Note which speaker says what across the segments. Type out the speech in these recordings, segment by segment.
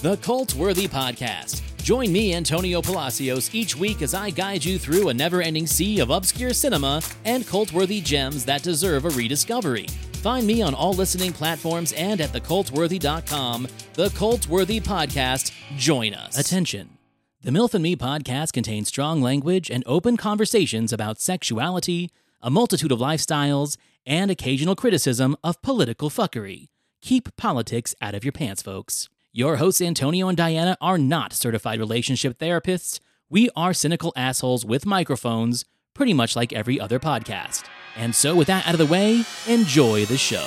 Speaker 1: the Cult Worthy Podcast. Join me, Antonio Palacios, each week as I guide you through a never ending sea of obscure cinema and cult worthy gems that deserve a rediscovery. Find me on all listening platforms and at thecultworthy.com. The Cult Worthy Podcast. Join us. Attention. The MILF and Me podcast contains strong language and open conversations about sexuality, a multitude of lifestyles, and occasional criticism of political fuckery. Keep politics out of your pants, folks. Your hosts, Antonio and Diana, are not certified relationship therapists. We are cynical assholes with microphones, pretty much like every other podcast. And so, with that out of the way, enjoy the show.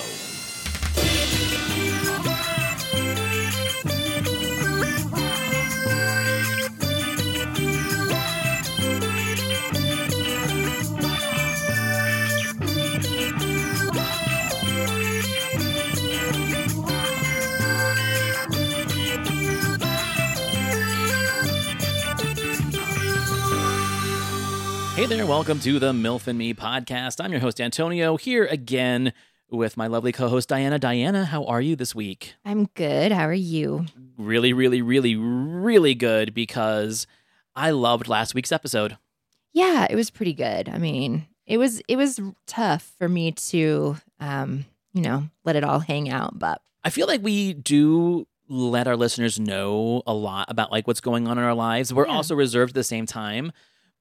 Speaker 1: Hey there, welcome to the MILF and Me podcast. I'm your host, Antonio, here again with my lovely co host, Diana. Diana, how are you this week?
Speaker 2: I'm good. How are you?
Speaker 1: Really, really, really, really good because I loved last week's episode.
Speaker 2: Yeah, it was pretty good. I mean, it was it was tough for me to um, you know, let it all hang out, but
Speaker 1: I feel like we do let our listeners know a lot about like what's going on in our lives. We're
Speaker 2: Yeah.
Speaker 1: also reserved at the same time.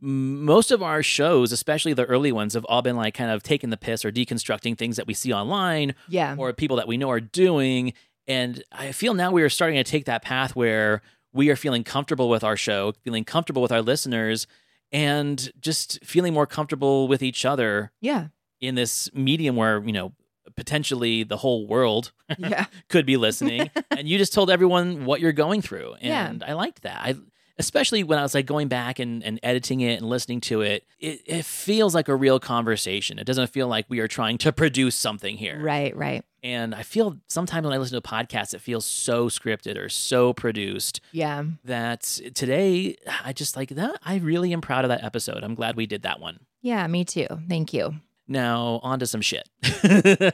Speaker 1: M- Most of our shows, especially the early ones, have all been like kind of taking the piss or deconstructing things that we see online
Speaker 2: yeah.
Speaker 1: or people that we know are doing. And I feel now we are starting to take that path where we are feeling comfortable with our show, feeling comfortable with our listeners, and just feeling more comfortable with each other
Speaker 2: Yeah.
Speaker 1: in this medium where, you know, potentially the whole world
Speaker 2: Yeah.
Speaker 1: could be listening. and you just told everyone what you're going through.
Speaker 2: Yeah.
Speaker 1: And I liked that. I especially when I was like going back and, and editing it and listening to it, it, it feels like a real conversation. It doesn't feel like we are trying to produce something here.
Speaker 2: right, right.
Speaker 1: And I feel sometimes when I listen to podcasts, it feels so scripted or so produced
Speaker 2: Yeah.
Speaker 1: that today I just like that. I really am proud of that episode. I'm glad we did that one.
Speaker 2: Yeah, me too. Thank you.
Speaker 1: Now, on to some shit.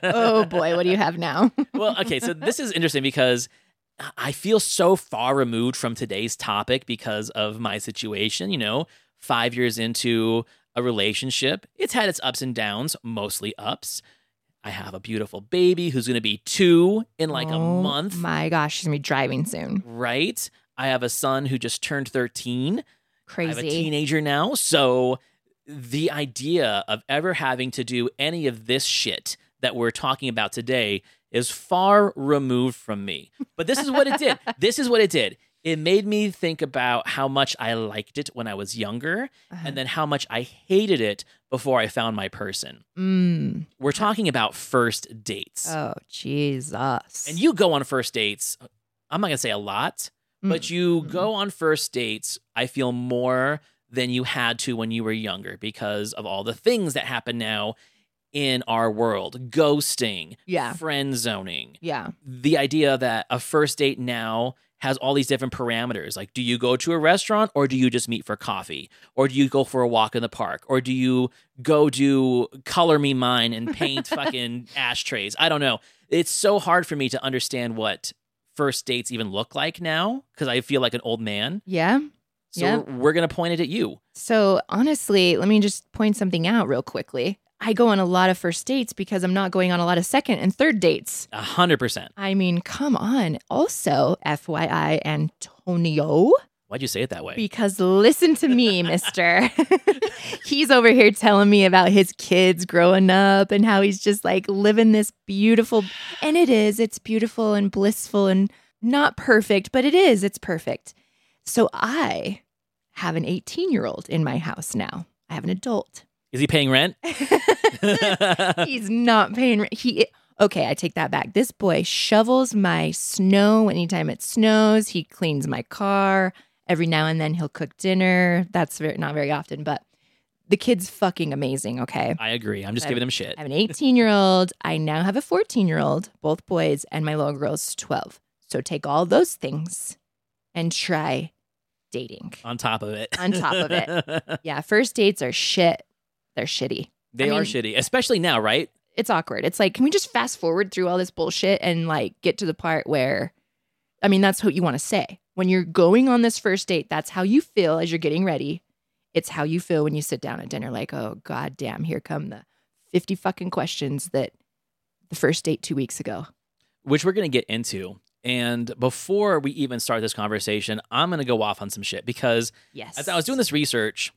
Speaker 2: Oh boy, what do you have now?
Speaker 1: well, okay. So this is interesting because I- I feel so far removed from today's topic because of my situation. You know, five years into a relationship, it's had its ups and downs, mostly ups. I have a beautiful baby who's going to be two in like
Speaker 2: Oh
Speaker 1: a month.
Speaker 2: My gosh, she's gonna be driving soon.
Speaker 1: right? I have a son who just turned 13. I have a
Speaker 2: Crazy.
Speaker 1: teenager now. So the idea of ever having to do any of this shit that we're talking about today is far removed from me. But this is what it did. This is what it did. It made me think about how much I liked it when I was younger and
Speaker 2: Uh,
Speaker 1: then how much I hated it before I found my person.
Speaker 2: mm.
Speaker 1: We're talking about first dates.
Speaker 2: Oh Jesus.
Speaker 1: And you go on first dates. I'm not gonna say a lot, but you
Speaker 2: Mm.
Speaker 1: go on first dates. I feel more than you had to when you were younger because of all the things that happen now in our world: ghosting,
Speaker 2: Yeah.
Speaker 1: friend zoning,
Speaker 2: Yeah.
Speaker 1: the idea that a first date now has all these different parameters like do you go to a restaurant or do you just meet for coffee or do you go for a walk in the park or do you go do color me mine and paint fucking ashtrays i don't know it's so hard for me to understand what first dates even look like now because i feel like an old man
Speaker 2: Yeah.
Speaker 1: so
Speaker 2: Yeah.
Speaker 1: we're gonna point it at you
Speaker 2: So, honestly, let me just point something out real quickly. I go on a lot of first dates because I'm not going on a lot of second and third dates.
Speaker 1: a hundred percent
Speaker 2: I mean, come on. Also, FYI, Antonio,
Speaker 1: why'd you say it that way
Speaker 2: because listen to me, mister. he's over here telling me about his kids growing up and how he's just like living this beautiful, and it is, it's beautiful and blissful and not perfect, but it is, it's perfect. So, I have an 18 year old in my house now, I have an adult.
Speaker 1: is he paying rent
Speaker 2: He's not paying. rent. He okay. I take that back. This boy shovels my snow anytime it snows. He cleans my car every now and then. He'll cook dinner. That's very, not very often, but the kid's fucking amazing. Okay.
Speaker 1: i agree i'm just giving him shit
Speaker 2: I have an 18 year old. I now have a 14 year old, both boys, and my little girl's 12. So take all those things and try dating.
Speaker 1: on top of it
Speaker 2: On top of
Speaker 1: it
Speaker 2: Yeah, first dates are shit. They're shitty.
Speaker 1: they
Speaker 2: I
Speaker 1: are
Speaker 2: mean-
Speaker 1: shitty especially now right
Speaker 2: it's awkward. It's like, can we just fast forward through all this bullshit and like get to the part where I mean, that's what you want to say. When you're going on this first date, that's how you feel as you're getting ready. It's how you feel when you sit down at dinner, like, oh, god damn, here come the 50 fucking questions that the first date two weeks ago.
Speaker 1: which we're going to get into. And before we even start this conversation, I'm going to go off on some shit because
Speaker 2: Yes.
Speaker 1: as I was doing this research,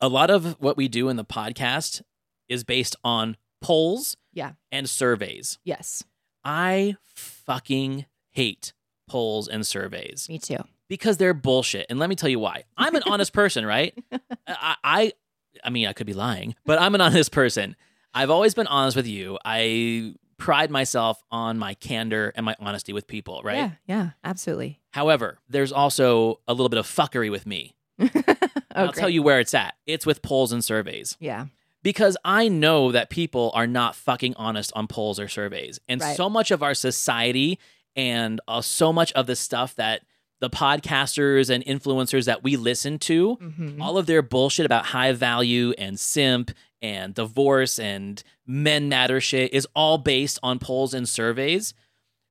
Speaker 1: a lot of what we do in the podcast is based on polls
Speaker 2: Yeah.
Speaker 1: and surveys.
Speaker 2: Yes.
Speaker 1: I fucking hate polls and surveys
Speaker 2: Me too.
Speaker 1: because they're bullshit. And let me tell you why. I'm an honest person, right? I, I, I mean, I could be lying, but I'm an honest person. I've always been honest with you. I pride myself on my candor and my honesty with people, right?
Speaker 2: Yeah. Yeah. Absolutely.
Speaker 1: However, there's also a little bit of fuckery with me.
Speaker 2: Oh,
Speaker 1: I'll tell
Speaker 2: great.
Speaker 1: you where it's at. It's with polls and surveys
Speaker 2: Yeah.
Speaker 1: because I know that people are not fucking honest on polls or surveys. And
Speaker 2: Right.
Speaker 1: so much of our society and uh, so much of the stuff that the podcasters and influencers that we listen to,
Speaker 2: Mhm.
Speaker 1: all of their bullshit about high value and simp and divorce and men matter shit is all based on polls and surveys.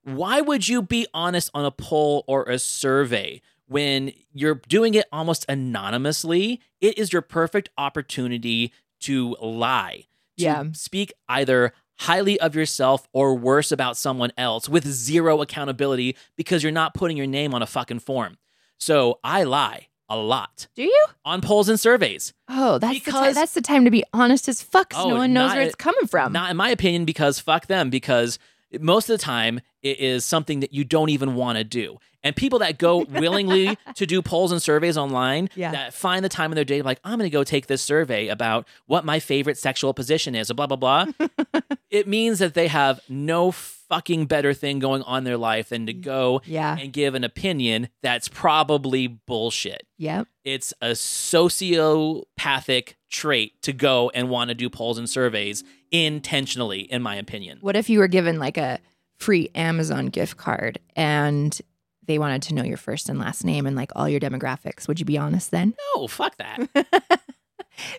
Speaker 1: Why would you be honest on a poll or a survey when you're doing it almost anonymously? It is your perfect opportunity to lie, to
Speaker 2: Yeah.
Speaker 1: speak either highly of yourself or worse about someone else with zero accountability because you're not putting your name on a fucking form. So I lie a lot
Speaker 2: Do you?
Speaker 1: on polls and surveys.
Speaker 2: Oh, that's the ti-
Speaker 1: Because-
Speaker 2: that's the time to be honest as fuck. 'cause
Speaker 1: Oh,
Speaker 2: no one knows
Speaker 1: not-
Speaker 2: where it's coming from.
Speaker 1: Not in my opinion, because fuck them, because most of the time it is something that you don't even want to do. And people that go willingly to do polls and surveys online
Speaker 2: Yeah.
Speaker 1: that find the time in their day, like, I'm going to go take this survey about what my favorite sexual position is, blah, blah, blah. it means that they have no fucking better thing going on in their life than to go
Speaker 2: yeah.
Speaker 1: and give an opinion that's probably bullshit.
Speaker 2: Yep.
Speaker 1: it's a sociopathic trait to go and want to do polls and surveys intentionally in my opinion
Speaker 2: What if you were given like a free Amazon gift card and they wanted to know your first and last name and like all your demographics? Would you be honest then?
Speaker 1: no fuck that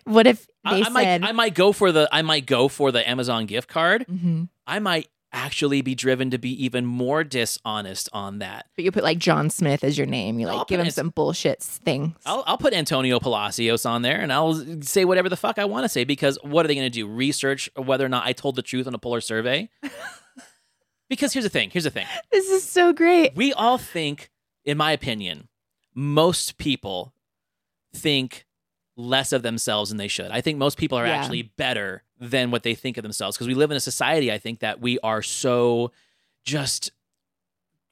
Speaker 2: What if
Speaker 1: I,
Speaker 2: they
Speaker 1: I might
Speaker 2: said,
Speaker 1: i might go for the i might go for the amazon gift card
Speaker 2: Mhm.
Speaker 1: i might actually be driven to be even more dishonest on that
Speaker 2: but you put like John Smith as your name? You like
Speaker 1: I'll
Speaker 2: give
Speaker 1: put
Speaker 2: him
Speaker 1: it-
Speaker 2: some bullshit things.
Speaker 1: I'll, I'll put Antonio Palacios on there and I'll say whatever the fuck I want to say because what are they going to do? Research whether or not I told the truth on a polar survey? because here's the thing here's the thing.
Speaker 2: this is so great.
Speaker 1: we all think, in my opinion, most people think less of themselves than they should. I think most people are
Speaker 2: Yeah.
Speaker 1: actually better than what they think of themselves because we live in a society, I think, that we are so just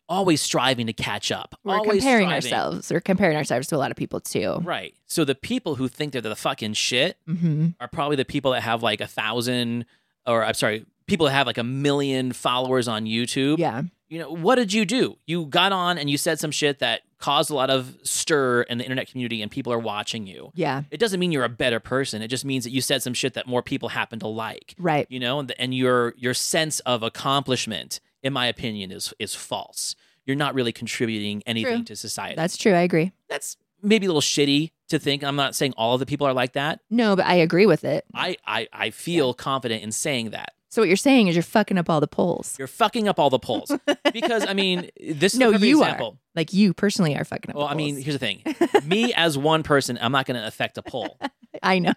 Speaker 1: always striving to catch up.
Speaker 2: We're
Speaker 1: always
Speaker 2: comparing
Speaker 1: striving.
Speaker 2: ourselves. We're comparing ourselves to a lot of people too.
Speaker 1: Right. So the people who think they're the fucking shit
Speaker 2: hmm
Speaker 1: are probably the people that have like a thousand or I'm sorry, people that have like a million followers on YouTube
Speaker 2: Yeah.
Speaker 1: you know, what did you do? You got on and you said some shit that caused a lot of stir in the internet community and people are watching you.
Speaker 2: Yeah.
Speaker 1: It doesn't mean you're a better person. It just means that you said some shit that more people happen to like,
Speaker 2: Right.
Speaker 1: you know, and, the, and your your sense of accomplishment, in my opinion, is is false. You're not really contributing anything
Speaker 2: True.
Speaker 1: to society.
Speaker 2: That's true. I agree.
Speaker 1: That's maybe a little shitty to think. I'm not saying all of the people are like that.
Speaker 2: No, but I agree with it.
Speaker 1: I I, I feel confident in saying that.
Speaker 2: so what you're saying is you're fucking up all the polls.
Speaker 1: You're fucking up all the polls. because I mean, this is
Speaker 2: No,
Speaker 1: a perfect
Speaker 2: you are.
Speaker 1: example.
Speaker 2: Like you personally are fucking up.
Speaker 1: Well,
Speaker 2: the
Speaker 1: I mean,
Speaker 2: polls.
Speaker 1: here's the thing. Me as one person, I'm not going to affect a poll.
Speaker 2: I know.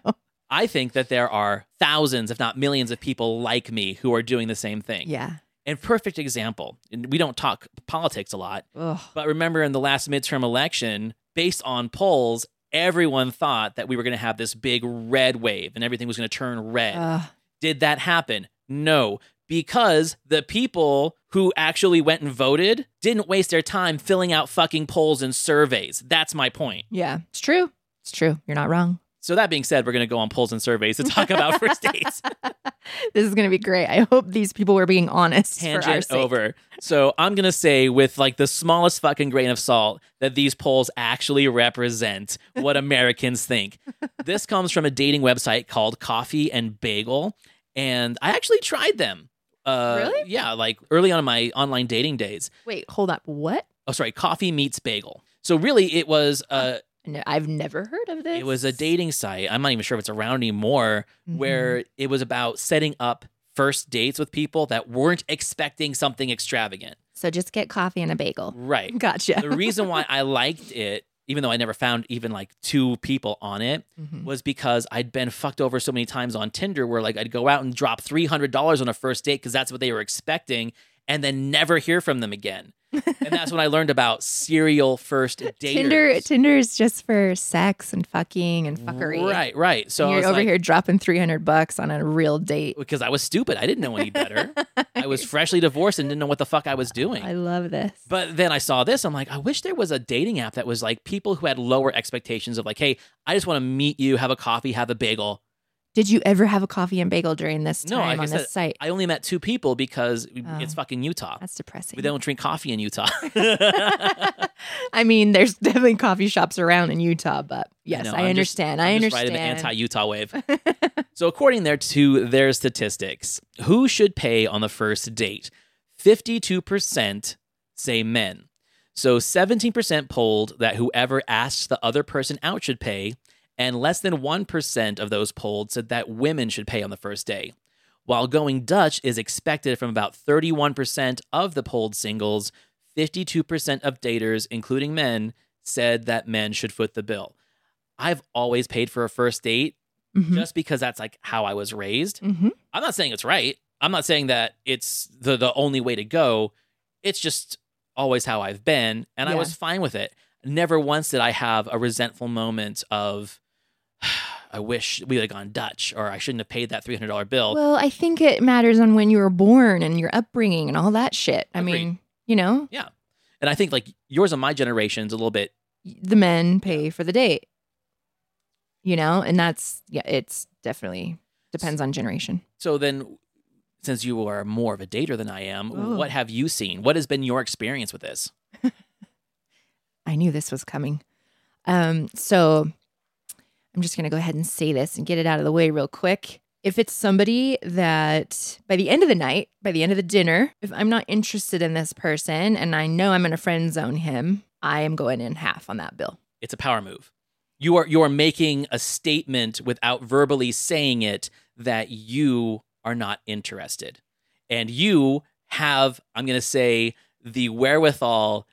Speaker 1: I think that there are thousands, if not millions, of people like me who are doing the same thing.
Speaker 2: Yeah.
Speaker 1: And perfect example, and we don't talk politics a lot,
Speaker 2: Ugh.
Speaker 1: but remember in the last midterm election, based on polls, everyone thought that we were going to have this big red wave and everything was going to turn red.
Speaker 2: Ugh.
Speaker 1: Did that happen? No, because the people who actually went and voted didn't waste their time filling out fucking polls and surveys. That's my point.
Speaker 2: yeah, it's true. It's true. You're not wrong.
Speaker 1: So that being said, we're going to go on polls and surveys to talk about first dates.
Speaker 2: This is going to be great. I hope these people were being honest. for our
Speaker 1: Tangent
Speaker 2: sake.
Speaker 1: over. So I'm going to say with like the smallest fucking grain of salt that these polls actually represent what Americans think. This comes from a dating website called Coffee and Bagel, and I actually tried them. Uh,
Speaker 2: Really?
Speaker 1: Yeah, like early on in my online dating days.
Speaker 2: Wait, hold up. What?
Speaker 1: Oh, sorry, Coffee meets Bagel. So really, it was uh,
Speaker 2: No, I've never heard of this.
Speaker 1: it was a dating site. I'm not even sure if it's around anymore.
Speaker 2: Mhm.
Speaker 1: where it was about setting up first dates with people that weren't expecting something extravagant.
Speaker 2: So just get coffee and a bagel.
Speaker 1: Right.
Speaker 2: Gotcha.
Speaker 1: the reason why I liked it, even though I never found even like two people on it,
Speaker 2: Mhm.
Speaker 1: was because I'd been fucked over so many times on Tinder where like I'd go out and drop $300 on a first date because that's what they were expecting and then never hear from them again. and that's when I learned about serial first daters.
Speaker 2: Tinder Tinder is just for sex and fucking and fuckery.
Speaker 1: Right, right. So
Speaker 2: And
Speaker 1: I
Speaker 2: you're
Speaker 1: was
Speaker 2: over
Speaker 1: like-
Speaker 2: here dropping 300 bucks on a real date.
Speaker 1: because I was stupid. I didn't know any better. I was freshly divorced and didn't know what the fuck I was doing.
Speaker 2: I love this.
Speaker 1: But then I saw this. I'm like, I wish there was a dating app that was like people who had lower expectations of like, hey, I just want to meet you, have a coffee, have a bagel.
Speaker 2: Did you ever have a coffee and bagel during this time
Speaker 1: No, like I
Speaker 2: on
Speaker 1: said,
Speaker 2: this site?
Speaker 1: I only met two people because
Speaker 2: Oh.
Speaker 1: it's fucking Utah.
Speaker 2: That's depressing.
Speaker 1: We don't drink coffee in Utah.
Speaker 2: I mean, there's definitely coffee shops around in Utah, but yes,
Speaker 1: know, I'm
Speaker 2: I,
Speaker 1: just-
Speaker 2: understand. I
Speaker 1: I'm just Right
Speaker 2: understand.
Speaker 1: in the anti-Utah wave. so according there to their statistics, who should pay on the first date? 52% say men. So 17% polled that whoever asked the other person out should pay, and less than 1% of those polled said that women should pay on the first day. While going Dutch is expected from about 31% of the polled singles, 52% of daters, including men, said that men should foot the bill. I've always paid for a first date
Speaker 2: Mhm.
Speaker 1: just because that's like how I was raised.
Speaker 2: Mhm.
Speaker 1: I'm not saying it's right. I'm not saying that it's the the only way to go. It's just always how I've been and I
Speaker 2: Yeah.
Speaker 1: was fine with it. Never once did I have a resentful moment of I wish we had gone Dutch or I shouldn't have paid that $300 bill.
Speaker 2: Well, I think it matters on when you were born and your upbringing and all that shit. I
Speaker 1: Agreed.
Speaker 2: mean, you know,
Speaker 1: and I think like yours and my generation's a little bit
Speaker 2: the men pay for the date. You know, and that's yeah, it's definitely depends on generation.
Speaker 1: So then, since you are more of a dater than I am,
Speaker 2: Oh.
Speaker 1: what have you seen? What has been your experience with this?
Speaker 2: I knew this was coming. Um, so I'm just going to go ahead and say this and get it out of the way real quick. If it's somebody that by the end of the night, by the end of the dinner, if I'm not interested in this person and I know I'm going to friend zone him, I am going in half on that bill.
Speaker 1: It's a power move. You are you are making a statement without verbally saying it that you are not interested, and you have I'm going to say the wherewithal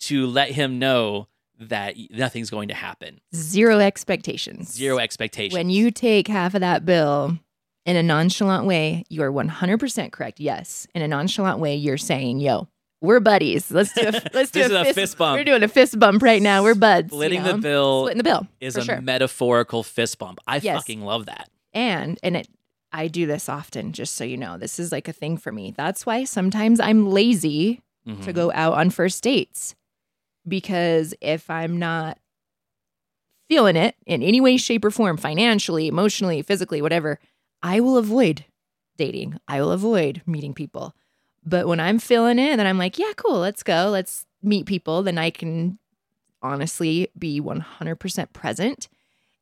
Speaker 1: to let him know that nothing's going to happen.
Speaker 2: Zero expectations.
Speaker 1: Zero expectations.
Speaker 2: When you take half of that bill in a nonchalant way, you are 100% correct. Yes. In a nonchalant way, you're saying, yo, we're buddies. Let's do a, let's do
Speaker 1: This is
Speaker 2: a,
Speaker 1: a
Speaker 2: fist,
Speaker 1: fist bump.
Speaker 2: We're doing a fist bump right now. We're buds. you
Speaker 1: splitting
Speaker 2: know?
Speaker 1: the bill
Speaker 2: Splitting the bill.
Speaker 1: is
Speaker 2: for
Speaker 1: a
Speaker 2: sure.
Speaker 1: metaphorical fist bump. I
Speaker 2: Yes.
Speaker 1: fucking love that.
Speaker 2: And, and it, I do this often, just so you know. This is like a thing for me. That's why sometimes I'm lazy to
Speaker 1: Mhm.
Speaker 2: go out on first dates because if I'm not feeling it in any way, shape, or form, financially, emotionally, physically, whatever, I will avoid dating. I will avoid meeting people. But when I'm feeling it, then I'm like, yeah, cool, let's go, let's meet people. Then I can honestly be 100% present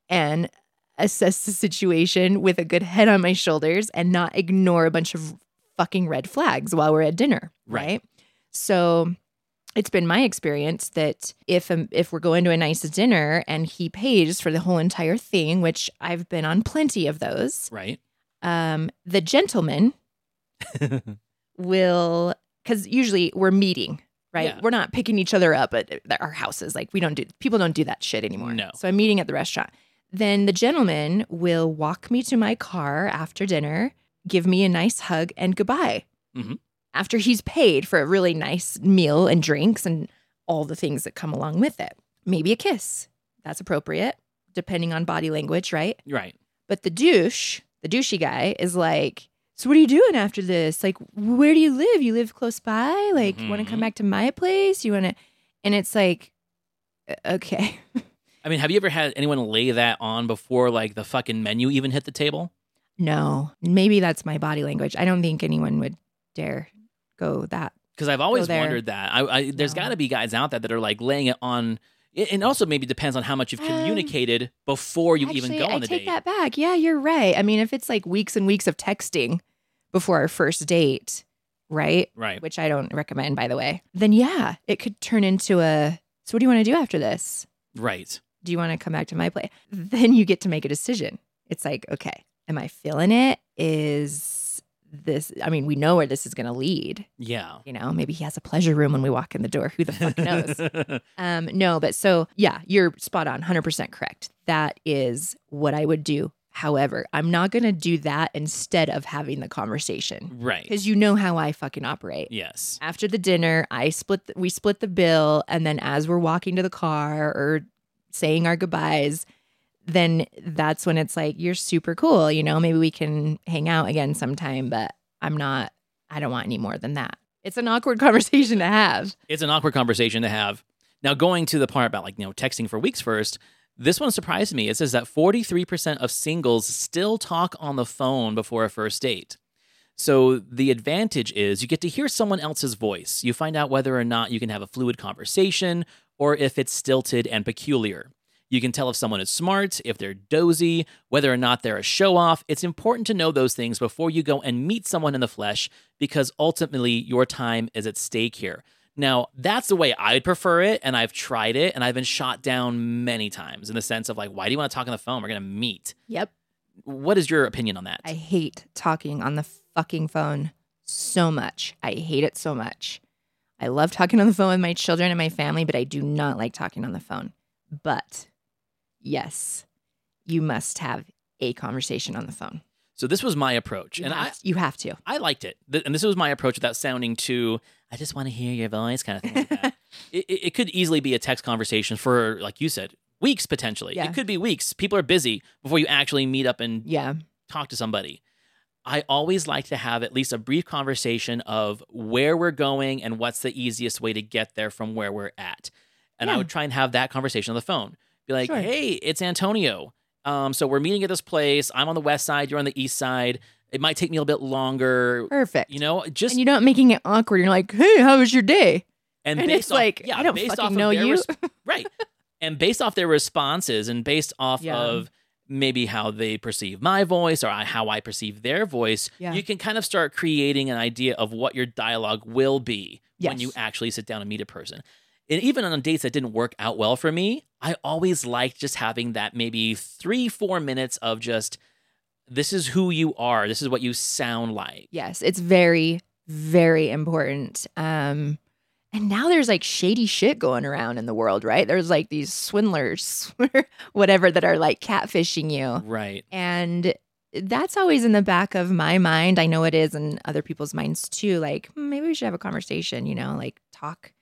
Speaker 2: and assess the situation with a good head on my shoulders and not ignore a bunch of fucking red flags while we're at dinner.
Speaker 1: Right.
Speaker 2: right? So it's been my experience that if um, if we're going to a nice dinner and he pays for the whole entire thing, which I've been on plenty of those,
Speaker 1: Right.
Speaker 2: um, the gentleman will because usually we're meeting right
Speaker 1: Yeah.
Speaker 2: we're not picking each other up at at our houses like we don't do people don't do that shit anymore
Speaker 1: No.
Speaker 2: so i'm meeting at the restaurant then the gentleman will walk me to my car after dinner give me a nice hug and goodbye
Speaker 1: Mhm.
Speaker 2: after he's paid for a really nice meal and drinks and all the things that come along with it maybe a kiss that's appropriate depending on body language right
Speaker 1: right.
Speaker 2: but the douche, the douchey guy, is like, So what are you doing after this? Like, where do you live? You live close by? Like, you want to
Speaker 1: Mhm.
Speaker 2: come back to my place? You want to? And it's like, uh, Okay.
Speaker 1: I mean, have you ever had anyone lay that on before like the fucking menu even hit the table?
Speaker 2: No, maybe that's my body language. I don't think anyone would dare go that.
Speaker 1: Because I've always
Speaker 2: there.
Speaker 1: wondered that. I, I there's
Speaker 2: No.
Speaker 1: got to be guys out there that are like laying it on. It, and also maybe depends on how much you've
Speaker 2: Um,
Speaker 1: communicated before you even
Speaker 2: Actually,
Speaker 1: go
Speaker 2: I
Speaker 1: on the
Speaker 2: take
Speaker 1: date.
Speaker 2: that back. Yeah, you're right. I mean, if it's like weeks and weeks of texting before our first date, right?
Speaker 1: Right.
Speaker 2: which I don't recommend, by the way. Then yeah, it could turn into a. So what do you want to do after this?
Speaker 1: Right.
Speaker 2: do you want to come back to my place? Then you get to make a decision. It's like, okay, am I feeling it? Is this I mean, we know where this is going to lead.
Speaker 1: Yeah.
Speaker 2: You know, maybe he has a pleasure room when we walk in the door. Who the fuck knows? um, no, but so yeah, you're spot on, 100% correct. That is what I would do. However, I'm not going to do that instead of having the conversation
Speaker 1: right.
Speaker 2: because you know how I fucking operate.
Speaker 1: Yes.
Speaker 2: After the dinner, I split the, we split the bill and then as we're walking to the car or saying our goodbyes, then that's when it's like you're super cool, you know, maybe we can hang out again sometime, but I'm not I don't want any more than that. It's an awkward conversation to have.
Speaker 1: It's an awkward conversation to have. Now, going to the part about like, you know, texting for weeks first, this one surprised me. It says that 43% of singles still talk on the phone before a first date. So the advantage is you get to hear someone else's voice. You find out whether or not you can have a fluid conversation or if it's stilted and peculiar. You can tell if someone is smart, if they're dozy, whether or not they're a show off. It's important to know those things before you go and meet someone in the flesh because ultimately your time is at stake here. Now, that's the way I'd prefer it, and I've tried it, and I've been shot down many times in the sense of like, why do you want to talk on the phone? We're going to meet.
Speaker 2: Yep.
Speaker 1: What is your opinion on that?
Speaker 2: I hate talking on the fucking phone so much. I hate it so much. I love talking on the phone with my children and my family, but I do not like talking on the phone. But yes, you must have a conversation on the phone.
Speaker 1: so, this was my approach,
Speaker 2: You
Speaker 1: and I,
Speaker 2: have- you have to.
Speaker 1: I liked it. Th- and this was my approach without sounding too, I just want to hear your voice kind of thing. Like that. it, it it could easily be a text conversation for, like you said, weeks potentially.
Speaker 2: Yeah.
Speaker 1: It could be weeks. People are busy before you actually meet up and
Speaker 2: Yeah.
Speaker 1: talk to somebody. I always like to have at least a brief conversation of where we're going and what's the easiest way to get there from where we're at. And I
Speaker 2: Yeah.
Speaker 1: would try and have that conversation on the phone. Be like,
Speaker 2: Sure.
Speaker 1: hey, it's Antonio. Um, so we're meeting at this place. I'm on the west side, you're on the east side. It might take me a little bit longer.
Speaker 2: Perfect.
Speaker 1: You know, just
Speaker 2: and you're not making it awkward. You're like, hey, how was your day?
Speaker 1: and,
Speaker 2: And
Speaker 1: based
Speaker 2: it's
Speaker 1: off,
Speaker 2: like,
Speaker 1: yeah,
Speaker 2: I don't
Speaker 1: based
Speaker 2: fucking
Speaker 1: off of
Speaker 2: know
Speaker 1: their
Speaker 2: you.
Speaker 1: res- right. And based off their responses and based off
Speaker 2: Yeah.
Speaker 1: of maybe how they perceive my voice or I- how I perceive their voice,
Speaker 2: Yeah.
Speaker 1: you can kind of start creating an idea of what your dialogue will be when
Speaker 2: Yes.
Speaker 1: you actually sit down and meet a person. And even on dates that didn't work out well for me, I always liked just having that maybe three, four minutes of just this is who you are, this is what you sound like.
Speaker 2: Yes, it's very, very important. Um, and now there's like shady shit going around in the world, right? There's like these swindlers, whatever, that are like catfishing you.
Speaker 1: Right.
Speaker 2: And that's always in the back of my mind. I know it is in other people's minds too. Like, hmm, maybe we should have a conversation, you know, like talk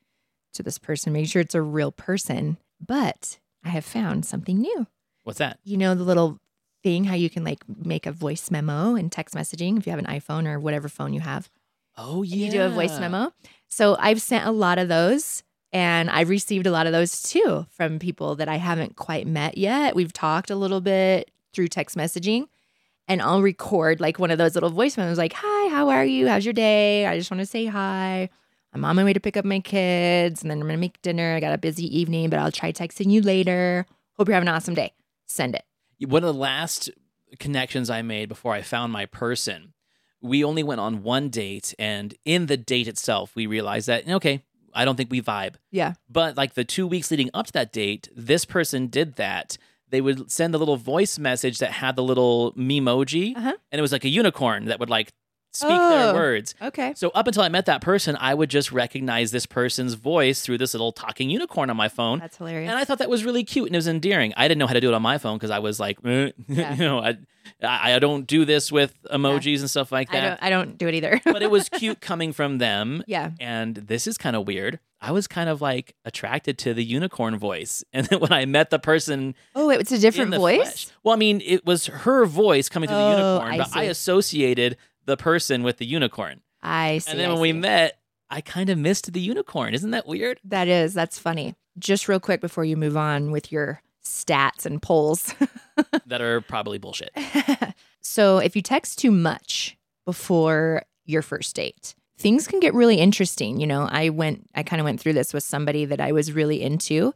Speaker 2: to this person, make sure it's a real person. But I have found something new
Speaker 1: What's that?
Speaker 2: you know the little thing how you can like make a voice memo and text messaging if you have an iPhone or whatever phone you have.
Speaker 1: Oh
Speaker 2: And
Speaker 1: yeah.
Speaker 2: You do a voice memo. So I've sent a lot of those and I've received a lot of those too from people that I haven't quite met yet. We've talked a little bit through text messaging and I'll record like one of those little voice memos like, "Hi, how are you? How's your day? I just want to say hi." I'm on my way to pick up my kids and then I'm going to make dinner. I got a busy evening, but I'll try texting you later. Hope you're having an awesome day. Send it.
Speaker 1: one of the last connections I made before I found my person, we only went on one date, and in the date itself, we realized that okay, I don't think we vibe.
Speaker 2: Yeah.
Speaker 1: But like the two weeks leading up to that date, this person did that. They would send the little voice message that had the little memoji,
Speaker 2: Uh-huh.
Speaker 1: and it was like a unicorn that would like speak
Speaker 2: Oh.
Speaker 1: their words.
Speaker 2: Okay.
Speaker 1: So up until I met that person, I would just recognize this person's voice through this little talking unicorn on my phone.
Speaker 2: That's hilarious.
Speaker 1: And I thought that was really cute and it was endearing. I didn't know how to do it on my phone because I was like, eh,
Speaker 2: Yeah.
Speaker 1: you know, I, I I don't do this with emojis and stuff like
Speaker 2: I
Speaker 1: that.
Speaker 2: don't I don't do it either.
Speaker 1: but it was cute coming from them.
Speaker 2: yeah.
Speaker 1: And this is kind of weird. I was kind of like attracted to the unicorn voice. And then when I met the person,
Speaker 2: Oh, it's a
Speaker 1: in
Speaker 2: different
Speaker 1: the
Speaker 2: voice.
Speaker 1: flesh- well, I mean, it was her voice coming through the
Speaker 2: Oh,
Speaker 1: unicorn,
Speaker 2: I
Speaker 1: but I
Speaker 2: see.
Speaker 1: associated the person with the unicorn.
Speaker 2: I see.
Speaker 1: and then
Speaker 2: I
Speaker 1: when we
Speaker 2: see.
Speaker 1: met, I kind of missed the unicorn. Isn't that weird?
Speaker 2: that is that's funny. Just real quick before you move on with your stats and polls.
Speaker 1: that are probably bullshit.
Speaker 2: so if you text too much before your first date, things can get really interesting. You know, I went I kind of went through this with somebody that I was really into.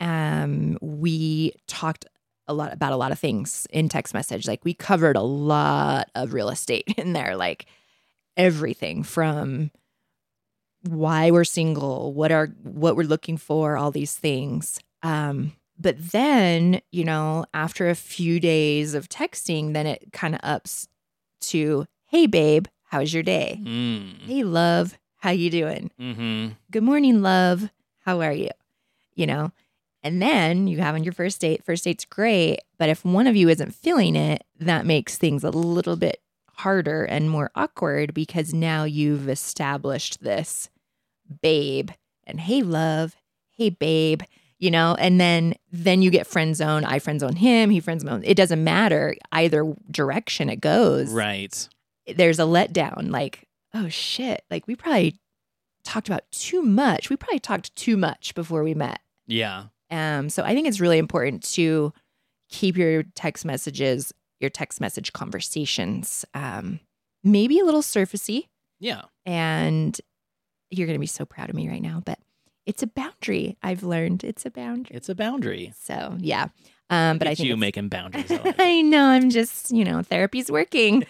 Speaker 2: Um, we talked a lot about a lot of things in text message. Like we covered a lot of real estate in there, like everything from why we're single, what are what we're looking for, all these things. Um, but then, you know, after a few days of texting, then it kind of ups to, Hey babe, how's your day?
Speaker 1: Mm.
Speaker 2: Hey love, how you doing?
Speaker 1: Mm-hmm.
Speaker 2: Good morning love, how are you? You know. And then you have on your first date. First date's great, but if one of you isn't feeling it, that makes things a little bit harder and more awkward because now you've established this babe and hey love, hey babe, you know, and then then you get friend zone. I friend zone him, he friend zone. It doesn't matter either direction it goes
Speaker 1: Right.
Speaker 2: there's a letdown like oh shit like we probably talked about too much we probably talked too much before we met
Speaker 1: Yeah.
Speaker 2: um so i think it's really important to keep your text messages your text message conversations um maybe a little surfacey
Speaker 1: Yeah.
Speaker 2: and you're going to be so proud of me right now but it's a boundary i've learned it's a boundary
Speaker 1: It's a boundary.
Speaker 2: so yeah um but
Speaker 1: Look
Speaker 2: i
Speaker 1: at
Speaker 2: think
Speaker 1: you
Speaker 2: it's-
Speaker 1: making boundaries. I like it.
Speaker 2: i know i'm just you know therapy's working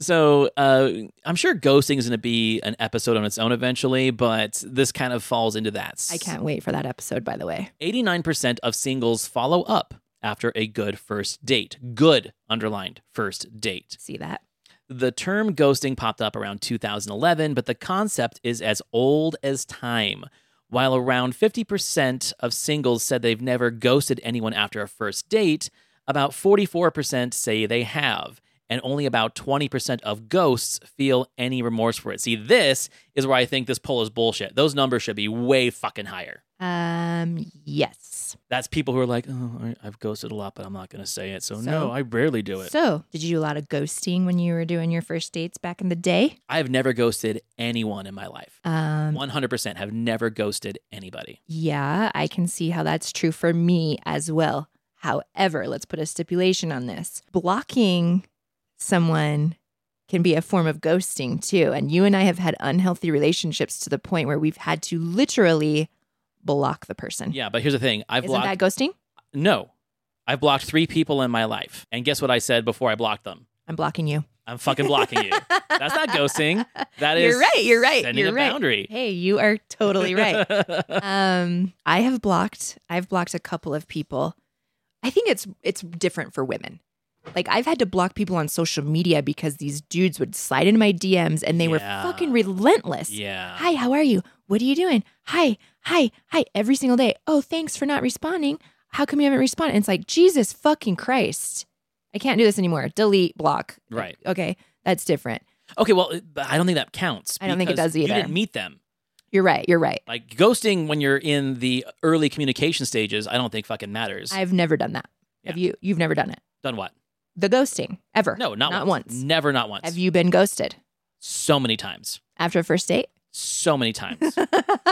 Speaker 1: So uh, I'm sure ghosting is going to be an episode on its own eventually, but this kind of falls into that.
Speaker 2: i can't wait for that episode by the way
Speaker 1: 89% of singles follow up after a good first date. Good underlined first date.
Speaker 2: see that
Speaker 1: The term ghosting popped up around 2011, but the concept is as old as time. While around 50% of singles said they've never ghosted anyone after a first date, about 44% say they have, and only about 20% of ghosts feel any remorse for it. See, this is where I think this poll is bullshit. Those numbers should be way fucking higher.
Speaker 2: Um, yes.
Speaker 1: That's people who are like, oh, I- I've ghosted a lot, but I'm not going to say it. So,
Speaker 2: So-
Speaker 1: no, I rarely do it.
Speaker 2: So, did you do a lot of ghosting when you were doing your first dates back in the day?
Speaker 1: I've never ghosted anyone in my life.
Speaker 2: Um,
Speaker 1: 100% have never ghosted anybody.
Speaker 2: yeah, I can see how that's true for me as well. However, let's put a stipulation on this. Blocking someone can be a form of ghosting too. And you and I have had unhealthy relationships to the point where we've had to literally block the person.
Speaker 1: Yeah, but here's the thing. I've
Speaker 2: Hmm. Isn't
Speaker 1: blocked
Speaker 2: that ghosting?
Speaker 1: No. I've blocked 3 people in my life. And guess what I said before I blocked them?
Speaker 2: I'm blocking you.
Speaker 1: I'm fucking blocking you. That's not ghosting. That is
Speaker 2: You're right, you're right,
Speaker 1: Sending
Speaker 2: you're
Speaker 1: a
Speaker 2: right.
Speaker 1: boundary.
Speaker 2: Hey, you are totally right. um i have blocked i've blocked a couple of people i think it's it's different for women like i've had to block people on social media because these dudes would slide into my dms and they were
Speaker 1: Yeah.
Speaker 2: fucking relentless
Speaker 1: yeah.
Speaker 2: hi how are you what are you doing hi hi hi every single day oh thanks for not responding how come you haven't responded and it's like jesus fucking christ i can't do this anymore delete block
Speaker 1: Right.
Speaker 2: okay that's different
Speaker 1: Okay, well, it- but I don't think that counts.
Speaker 2: I don't think it
Speaker 1: because
Speaker 2: does
Speaker 1: You
Speaker 2: either.
Speaker 1: didn't meet them.
Speaker 2: you're right you're right
Speaker 1: Like ghosting when you're in the early communication stages, I don't think fucking matters.
Speaker 2: i've never done that
Speaker 1: Yeah.
Speaker 2: have you you've never done it
Speaker 1: Done what?
Speaker 2: the ghosting ever
Speaker 1: No, not,
Speaker 2: Not
Speaker 1: once.
Speaker 2: once.
Speaker 1: Never not once.
Speaker 2: Have you been ghosted
Speaker 1: so many times.
Speaker 2: after a first date?
Speaker 1: So many times.
Speaker 2: what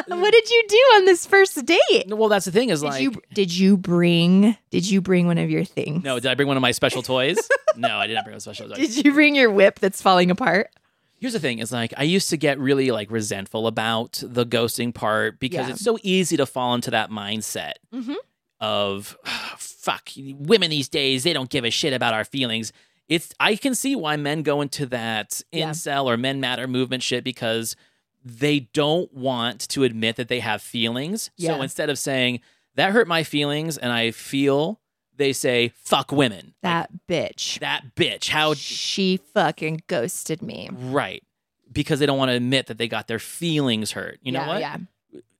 Speaker 2: did you do on this first date?
Speaker 1: well, that's the thing is
Speaker 2: Did
Speaker 1: like
Speaker 2: you did you bring did you bring one of your things?
Speaker 1: No, did I bring one of my special toys? no, I did not bring my special toys.
Speaker 2: Did you bring your whip that's falling apart?
Speaker 1: Here's the thing: is like I used to get really like resentful about the ghosting part because
Speaker 2: Yeah.
Speaker 1: it's so easy to fall into that mindset
Speaker 2: Mhm.
Speaker 1: of fuck women these days they don't give a shit about our feelings. It's I can see why men go into that
Speaker 2: Yeah.
Speaker 1: incel or men matter movement shit because they don't want to admit that they have feelings. So
Speaker 2: Yeah.
Speaker 1: instead of saying that hurt my feelings and I feel, they say fuck women. Like,
Speaker 2: That bitch.
Speaker 1: that bitch. How
Speaker 2: she fucking ghosted me.
Speaker 1: Right. Because they don't want to admit that they got their feelings hurt. You know
Speaker 2: yeah,
Speaker 1: what?
Speaker 2: Yeah.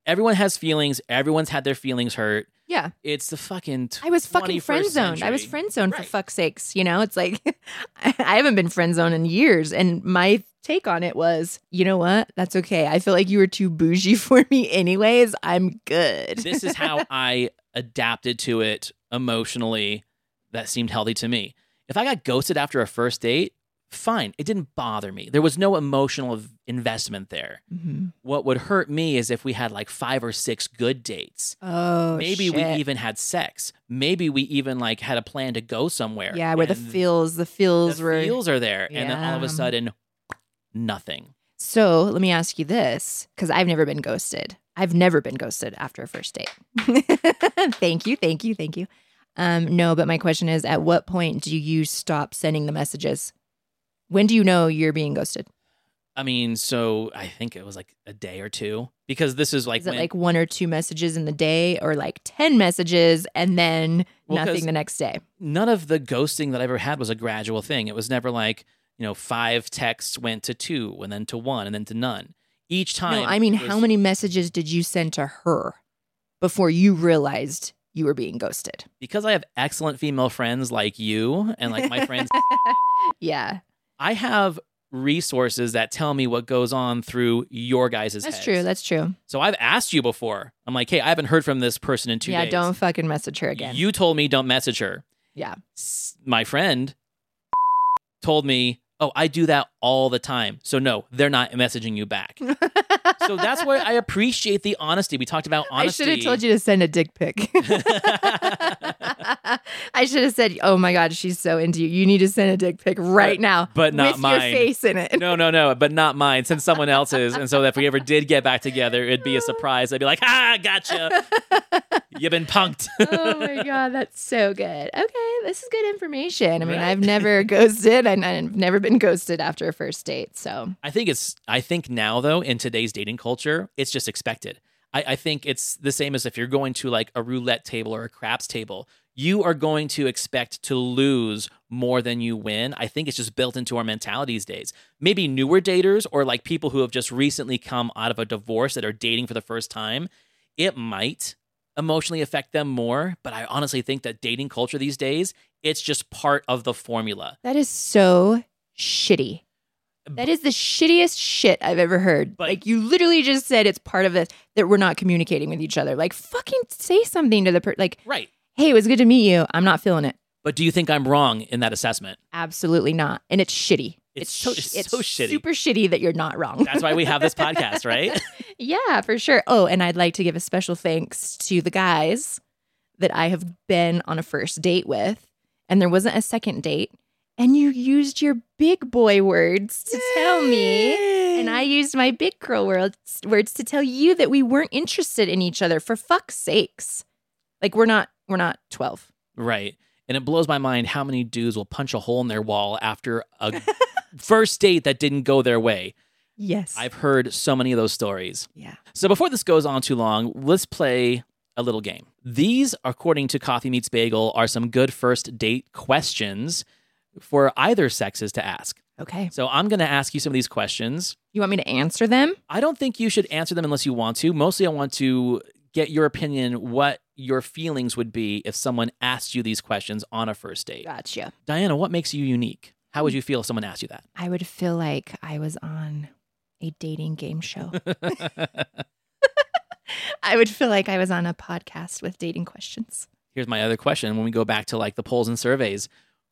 Speaker 1: Everyone has feelings. Everyone's had their feelings hurt.
Speaker 2: Yeah.
Speaker 1: It's the fucking. T-
Speaker 2: I was fucking
Speaker 1: 21st
Speaker 2: friend zoned. I was
Speaker 1: century.
Speaker 2: friend zoned for
Speaker 1: Right.
Speaker 2: fuck's sakes. You know, it's like I haven't been friend zoned in years. And my take on it was, you know what? That's okay. I feel like you were too bougie for me anyways. I'm good.
Speaker 1: this is how I adapted to it emotionally. That seemed healthy to me. If I got ghosted after a first date, fine. It didn't bother me. There was no emotional v- investment there.
Speaker 2: Mhm.
Speaker 1: What would hurt me is if we had like five or six good dates.
Speaker 2: Oh,
Speaker 1: Maybe we even had sex. Maybe we even like had a plan to go somewhere.
Speaker 2: yeah, where the
Speaker 1: and
Speaker 2: feels, the feels
Speaker 1: the
Speaker 2: were.
Speaker 1: feels are there, and then all of
Speaker 2: Yeah.
Speaker 1: a sudden, nothing.
Speaker 2: So let me ask you this, because I've never been ghosted. I've never been ghosted after a first date. thank you, thank you, thank you. Um, no, but my question is, at what point do you stop sending the messages? When do you know you're being ghosted?
Speaker 1: I mean, so I think it was like a day or two because this is like
Speaker 2: is it
Speaker 1: when-
Speaker 2: like one or two messages in the day, or like ten messages and then
Speaker 1: Well, 'cause-
Speaker 2: nothing the next day?
Speaker 1: none of the ghosting that I ever had was a gradual thing. It was never like you know, five texts went to two and then to one and then to none. Each time.
Speaker 2: No, I mean,
Speaker 1: it was-
Speaker 2: how many messages did you send to her before you realized you were being ghosted?
Speaker 1: Because I have excellent female friends like you and like my friends,
Speaker 2: yeah,
Speaker 1: I have resources that tell me what goes on through your guys' heads.
Speaker 2: that's true. That's true.
Speaker 1: so I've asked you before. I'm like, hey, I haven't heard from this person in two
Speaker 2: yeah,
Speaker 1: days.
Speaker 2: don't fucking message her again.
Speaker 1: You told me don't message her.
Speaker 2: Yeah.
Speaker 1: S- My friend told me, oh, I do that all the time. So no, they're not messaging you back. so that's where I appreciate the honesty. We talked about honesty.
Speaker 2: I should have told you to send a dick pic. I should have said, "Oh my god, she's so into you. You need to send a dick pic right
Speaker 1: But-
Speaker 2: now,
Speaker 1: but not
Speaker 2: with
Speaker 1: mine.
Speaker 2: your face in it."
Speaker 1: No, no, no, but not mine. Since someone else's, and so if we ever did get back together, it'd be a surprise. I'd be like, "Ah, gotcha! You've been punked."
Speaker 2: oh my god, that's so good. Okay, this is good information. I mean,
Speaker 1: Right?
Speaker 2: I've never ghosted, and I've never been ghosted after a first date. So
Speaker 1: I think it's. I think now though, in today's dating culture, it's just expected. I, I think it's the same as if you're going to like a roulette table or a craps table. You are going to expect to lose more than you win. I think it's just built into our mentality these days. Maybe newer daters or like people who have just recently come out of a divorce that are dating for the first time, it might emotionally affect them more. But I honestly think that dating culture these days, it's just part of the formula.
Speaker 2: that is so shitty. That is the shittiest shit I've ever heard.
Speaker 1: But-
Speaker 2: like you literally just said it's part of this that we're not communicating with each other. Like fucking say something to the per like,
Speaker 1: Right.
Speaker 2: "Hey, it was good to meet you. I'm not feeling it."
Speaker 1: But do you think I'm wrong in that assessment?
Speaker 2: Absolutely not. And it's shitty.
Speaker 1: It's so-
Speaker 2: sh-
Speaker 1: it's so shitty.
Speaker 2: Super shitty that you're not wrong.
Speaker 1: That's why we have this podcast, right?
Speaker 2: yeah, for sure. Oh, and I'd like to give a special thanks to the guys that I have been on a first date with, and there wasn't a second date. And you used your big boy words to tell me, and I used my big girl words words to tell you that we weren't interested in each other. For fuck's sakes, like we're not we're not twelve.
Speaker 1: Right. And it blows my mind how many dudes will punch a hole in their wall after a first date that didn't go their way.
Speaker 2: Yes,
Speaker 1: I've heard so many of those stories.
Speaker 2: yeah.
Speaker 1: So before this goes on too long, let's play a little game. These, according to Coffee Meets Bagel, are some good first date questions for either sexes to ask.
Speaker 2: Okay,
Speaker 1: So I'm going to ask you some of these questions.
Speaker 2: you want me to answer them?
Speaker 1: I don't think you should answer them unless you want to. Mostly, I want to get your opinion what your feelings would be if someone asked you these questions on a first date.
Speaker 2: Gotcha.
Speaker 1: Diana, what makes you unique? How would you feel if someone asked you
Speaker 2: I would feel like I was on a dating game show.
Speaker 1: that?
Speaker 2: I would feel like I was on a podcast with dating questions.
Speaker 1: Here's my other question. When we go back to like the polls and surveys,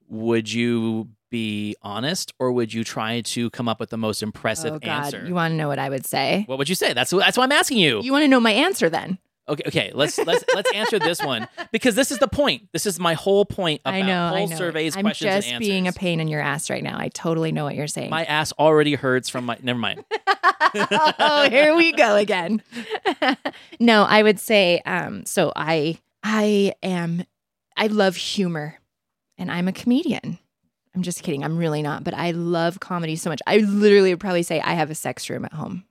Speaker 1: would you be honest or would you try to come up with the most impressive
Speaker 2: oh God,
Speaker 1: answer?
Speaker 2: you want to know what I would say?
Speaker 1: what would you say? That's that's why I'm asking you.
Speaker 2: You want to know my answer then?
Speaker 1: okay, okay. Let's let's let's answer this one because this is the point. This is my whole point about
Speaker 2: I know.
Speaker 1: poll
Speaker 2: I know.
Speaker 1: surveys,
Speaker 2: I'm
Speaker 1: questions,
Speaker 2: just
Speaker 1: and answers.
Speaker 2: being a pain in your ass right now. I totally know what you're saying.
Speaker 1: My ass already hurts from my. Never mind.
Speaker 2: oh, here we go again. no, I would say um, so. I I am I love humor, and I'm a comedian. I'm just kidding. I'm really not, but I love comedy so much. I literally would probably say I have a sex room at home.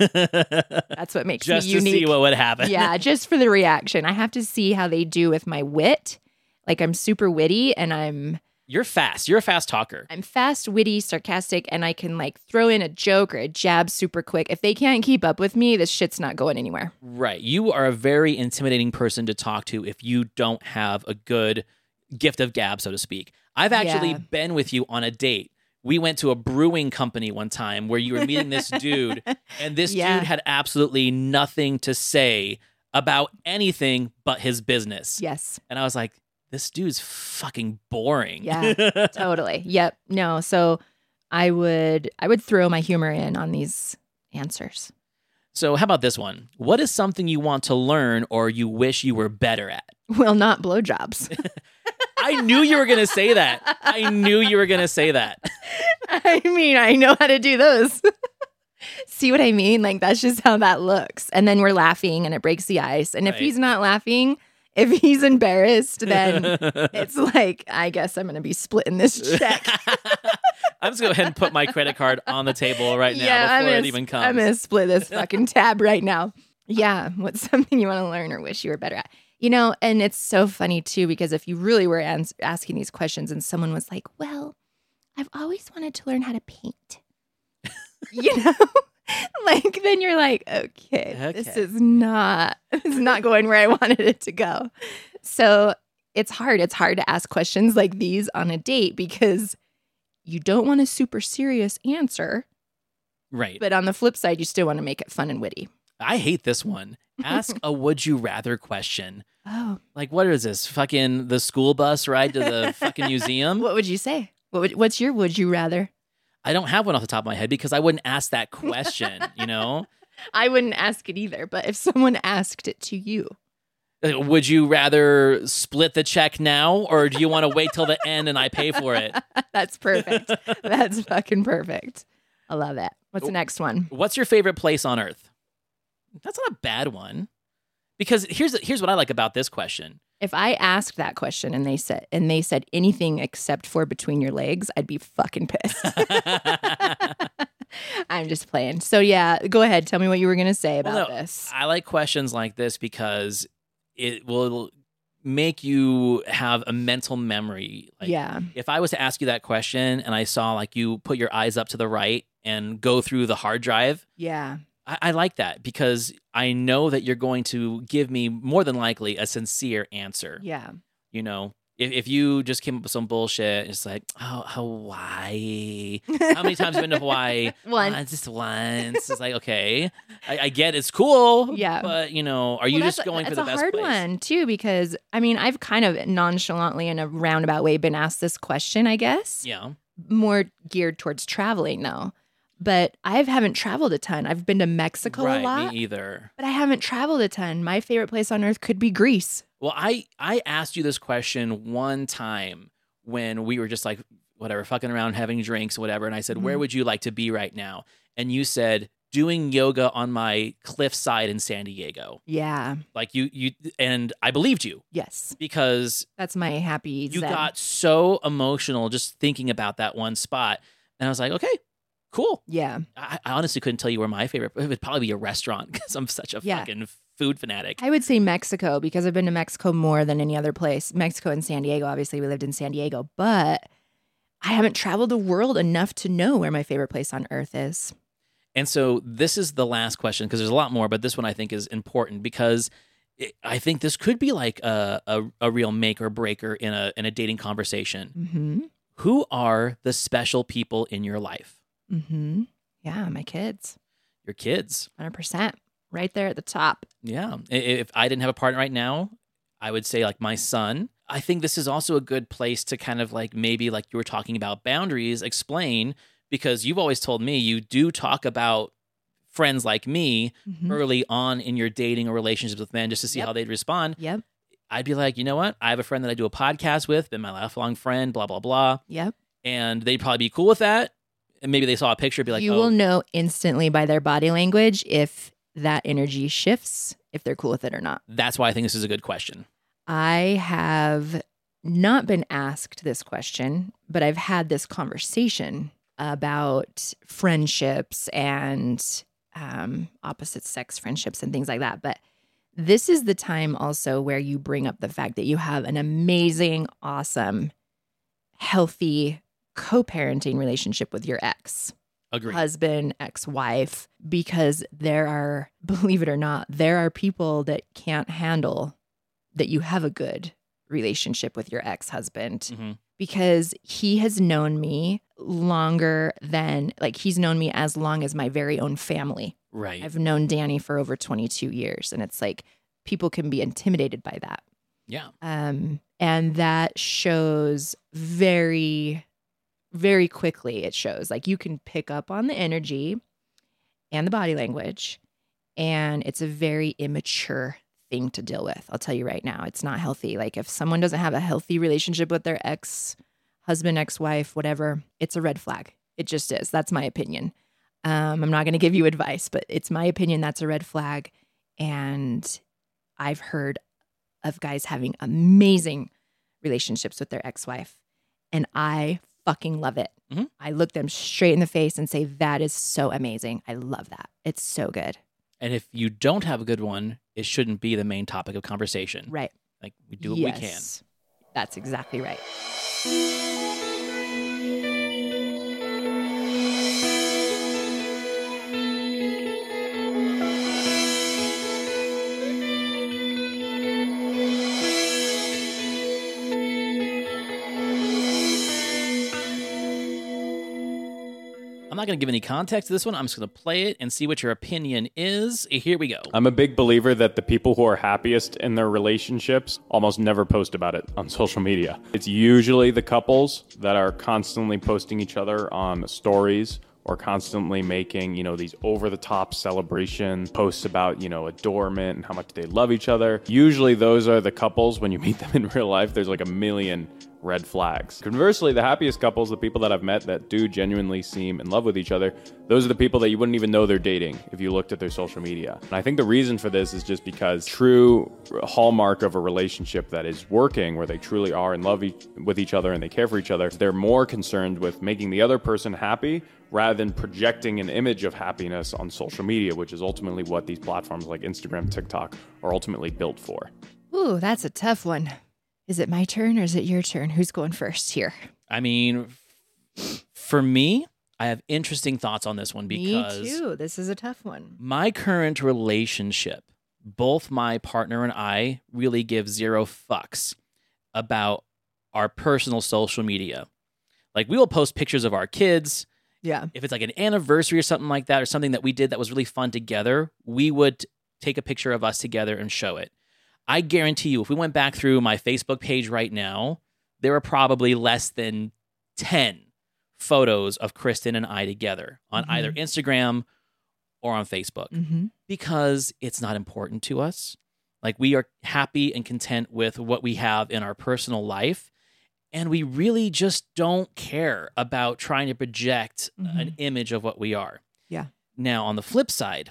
Speaker 2: That's what makes
Speaker 1: Just
Speaker 2: me
Speaker 1: to
Speaker 2: unique.
Speaker 1: see what would happen.
Speaker 2: yeah, just for the reaction. I have to see how they do with my wit. Like I'm super witty and I'm
Speaker 1: You're fast. You're a fast talker.
Speaker 2: I'm fast, witty, sarcastic, and I can like throw in a joke or a jab super quick. If they can't keep up with me, this shit's not going anywhere.
Speaker 1: Right. You are a very intimidating person to talk to if you don't have a good gift of gab, so to speak. I've actually
Speaker 2: Yeah.
Speaker 1: been with you on a date. We went to a brewing company one time where you were meeting this dude, and this
Speaker 2: Yeah.
Speaker 1: dude had absolutely nothing to say about anything but his business.
Speaker 2: Yes,
Speaker 1: And I was like, this dude's fucking boring.
Speaker 2: Yeah. totally. Yep. No. So I would I would throw my humor in on these answers.
Speaker 1: So, how about this one? What is something you want to learn or you wish you were better at?
Speaker 2: Well, not blowjobs.
Speaker 1: I knew you were going to say that. I knew you were going to say that.
Speaker 2: I mean, I know how to do those. See what I mean? Like that's just how that looks. And then we're laughing and it breaks the ice. And if
Speaker 1: Right.
Speaker 2: he's not laughing, if he's embarrassed, then it's like, I guess I'm gonna be splitting this check.
Speaker 1: I'm just going to go ahead and put my credit card on the table right now before it even comes.
Speaker 2: I'm gonna split this fucking tab right now. Yeah, what's something you want to learn or wish you were better at? You know, and it's so funny too because if you really were ans- asking these questions and someone was like, "Well, I've always wanted to learn how to paint. you know? like then you're like, okay, this
Speaker 1: Okay.
Speaker 2: is not it's not going where I wanted it to go. So it's hard. It's hard to ask questions like these on a date because you don't want a super serious answer,
Speaker 1: Right.
Speaker 2: but on the flip side, you still want to make it fun and witty.
Speaker 1: I hate this one. Ask a would you rather question.
Speaker 2: Oh,
Speaker 1: Like, what is this? Fucking the school bus ride to the fucking museum?
Speaker 2: what would you say? What would, what's your would you rather?
Speaker 1: I don't have one off the top of my head because I wouldn't ask that question, you know?
Speaker 2: I wouldn't ask it either, but if someone asked it to you,
Speaker 1: Like, Would you rather split the check now or do you want to wait till the end and I pay for it?
Speaker 2: that's perfect. that's fucking perfect. I love it. What's the next one?
Speaker 1: What's your favorite place on earth? That's not a bad one. Because here's here's what I like about this question.
Speaker 2: If I asked that question and they said and they said anything except for between your legs, I'd be fucking pissed.
Speaker 1: I
Speaker 2: I'm just playing. So yeah, go ahead. Tell me what you were gonna say
Speaker 1: Well,
Speaker 2: about
Speaker 1: no,
Speaker 2: this.
Speaker 1: like questions like this because it will make you have a mental memory. Like,
Speaker 2: yeah.
Speaker 1: if I was to ask you that question and I saw like you put your eyes up to the right and go through the hard drive,
Speaker 2: Yeah.
Speaker 1: I, I like that because I know that you're going to give me more than likely a sincere answer.
Speaker 2: Yeah.
Speaker 1: You know, if, if you just came up with some bullshit, it's like, oh, Hawaii. How many times have you been to Hawaii?
Speaker 2: One.
Speaker 1: "Uh, just once. It's like, okay, I, I get it's cool.
Speaker 2: Yeah.
Speaker 1: But, you know, are you
Speaker 2: Well,
Speaker 1: just
Speaker 2: that's a-
Speaker 1: going for
Speaker 2: that's
Speaker 1: the
Speaker 2: a
Speaker 1: best
Speaker 2: hard
Speaker 1: place?
Speaker 2: one too because I mean I've kind of nonchalantly in a roundabout way been asked this question I guess
Speaker 1: Yeah.
Speaker 2: more geared towards traveling though but I haven't traveled a ton I've been to Mexico
Speaker 1: right.
Speaker 2: a lot
Speaker 1: Me e- either.
Speaker 2: but I haven't traveled a ton my favorite place on earth could be Greece
Speaker 1: Well, I I asked you this question one time when we were just like whatever, fucking around, having drinks, whatever, and I said, "Where
Speaker 2: Mhm.
Speaker 1: would you like to be right now?" And you said, "Doing yoga on my cliffside in San Diego."
Speaker 2: yeah
Speaker 1: Like you you and I believed you
Speaker 2: yes
Speaker 1: because
Speaker 2: that's my happy
Speaker 1: you
Speaker 2: zen.
Speaker 1: got so emotional just thinking about that one spot. And I was like, "Okay, cool."
Speaker 2: yeah
Speaker 1: I, I honestly couldn't tell you where my favorite it would probably be a restaurant because I'm such a
Speaker 2: Yeah.
Speaker 1: fucking food fanatic.
Speaker 2: I would say Mexico because I've been to Mexico more than any other place. Mexico and San Diego, obviously, we lived in San Diego, but I haven't traveled the world enough to know where my favorite place on earth is.
Speaker 1: And so this is the last question because there's a lot more, but this one I think is important because it, I think this could be like a, a a real make or breaker in a in a dating conversation.
Speaker 2: Mm-hmm.
Speaker 1: Who are the special people in your life?
Speaker 2: Mm-hmm. Yeah, my kids,
Speaker 1: Your kids.
Speaker 2: 100%. Right there at the top.
Speaker 1: Yeah. I- If I didn't have a partner right now, I would say like my son. I think this is also a good place to kind of like maybe like you were talking about boundaries, explain because you've always told me you do talk about friends like me
Speaker 2: Mhm.
Speaker 1: early on in your dating or relationships with men just to see
Speaker 2: Yep.
Speaker 1: how they'd respond.
Speaker 2: Yep,
Speaker 1: I'd be like, you know what? I have a friend that I do a podcast with, been my lifelong friend, blah, blah, blah.
Speaker 2: yep.
Speaker 1: And they'd probably be cool with that. And maybe they saw a picture, be like,
Speaker 2: you
Speaker 1: oh,
Speaker 2: will know instantly by their body language if that energy shifts, if they're cool with it or not.
Speaker 1: that's why I think this is a good question.
Speaker 2: I have not been asked this question, but I've had this conversation about friendships and um, opposite sex friendships and things like that. But this is the time also where you bring up the fact that you have an amazing, awesome, healthy co parenting relationship with your ex
Speaker 1: Agree.
Speaker 2: husband, ex wife, because there are, believe it or not, there are people that can't handle that you have a good relationship with your ex husband
Speaker 1: Mhm.
Speaker 2: because he has known me longer than, like, he's known me as long as my very own family.
Speaker 1: Right.
Speaker 2: I've known Danny for over 22 years. And it's like people can be intimidated by that.
Speaker 1: yeah.
Speaker 2: Um, and that shows very, very quickly. It shows like you can pick up on the energy and the body language, and it's a very immature thing to deal with. I'll tell you right now, it's not healthy. Like, if someone doesn't have a healthy relationship with their ex husband, ex wife, whatever, it's a red flag. It just is. That's my opinion. Um, I'm not going to give you advice, but it's my opinion. That's a red flag. And I've heard of guys having amazing relationships with their ex-wife and i fucking love it
Speaker 1: Mhm.
Speaker 2: i look them straight in the face and say that is so amazing i love that it's so good
Speaker 1: And if you don't have a good one, it shouldn't be the main topic of conversation.
Speaker 2: right
Speaker 1: Like we do what we can.
Speaker 2: Yes. that's exactly right
Speaker 1: I'm not going to give any context to this one. I'm just going to play it and see what your opinion is. Eh, Here we go.
Speaker 2: Uh.
Speaker 3: I'm a big believer that the people who are happiest in their relationships almost never post about it on social media. It's usually the couples that are constantly posting each other on stories or constantly making, you know, these over the top celebration posts about, you know, adornment and how much they love each other. Usually those are the couples when you meet them in real life, there's like a million red flags. Conversely, the happiest couples, the people that I've met that do genuinely seem in love with each other, those are the people that you wouldn't even know they're dating if you looked at their social media. And I think the reason for this is just because true hallmark of a relationship that is working, where they truly are in love e- with each other and they care for each other, they're more concerned with making the other person happy rather than projecting an image of happiness on social media, which is ultimately what these platforms like Instagram, TikTok are ultimately built for.
Speaker 2: Ooh, that's a tough one. Is it my turn or is it your turn? Who's going first here?
Speaker 1: I mean, for me, I have interesting thoughts on this one because
Speaker 2: Me too. This is a tough one.
Speaker 1: my current relationship, both my partner and I really give zero fucks about our personal social media. Like we will post pictures of our kids.
Speaker 2: Yeah.
Speaker 1: If it's like an anniversary or something like that, or something that we did that was really fun together, we would take a picture of us together and show it. I guarantee you, if we went back through my Facebook page right now, there are probably less than 10 photos of Kristen and I together on
Speaker 2: Mhm.
Speaker 1: either Instagram or on Facebook
Speaker 2: Mm-hmm.
Speaker 1: because it's not important to us. Like we are happy and content with what we have in our personal life. And we really just don't care about trying to project an
Speaker 2: Mhm.
Speaker 1: image of what we are.
Speaker 2: Yeah.
Speaker 1: Now, on the flip side,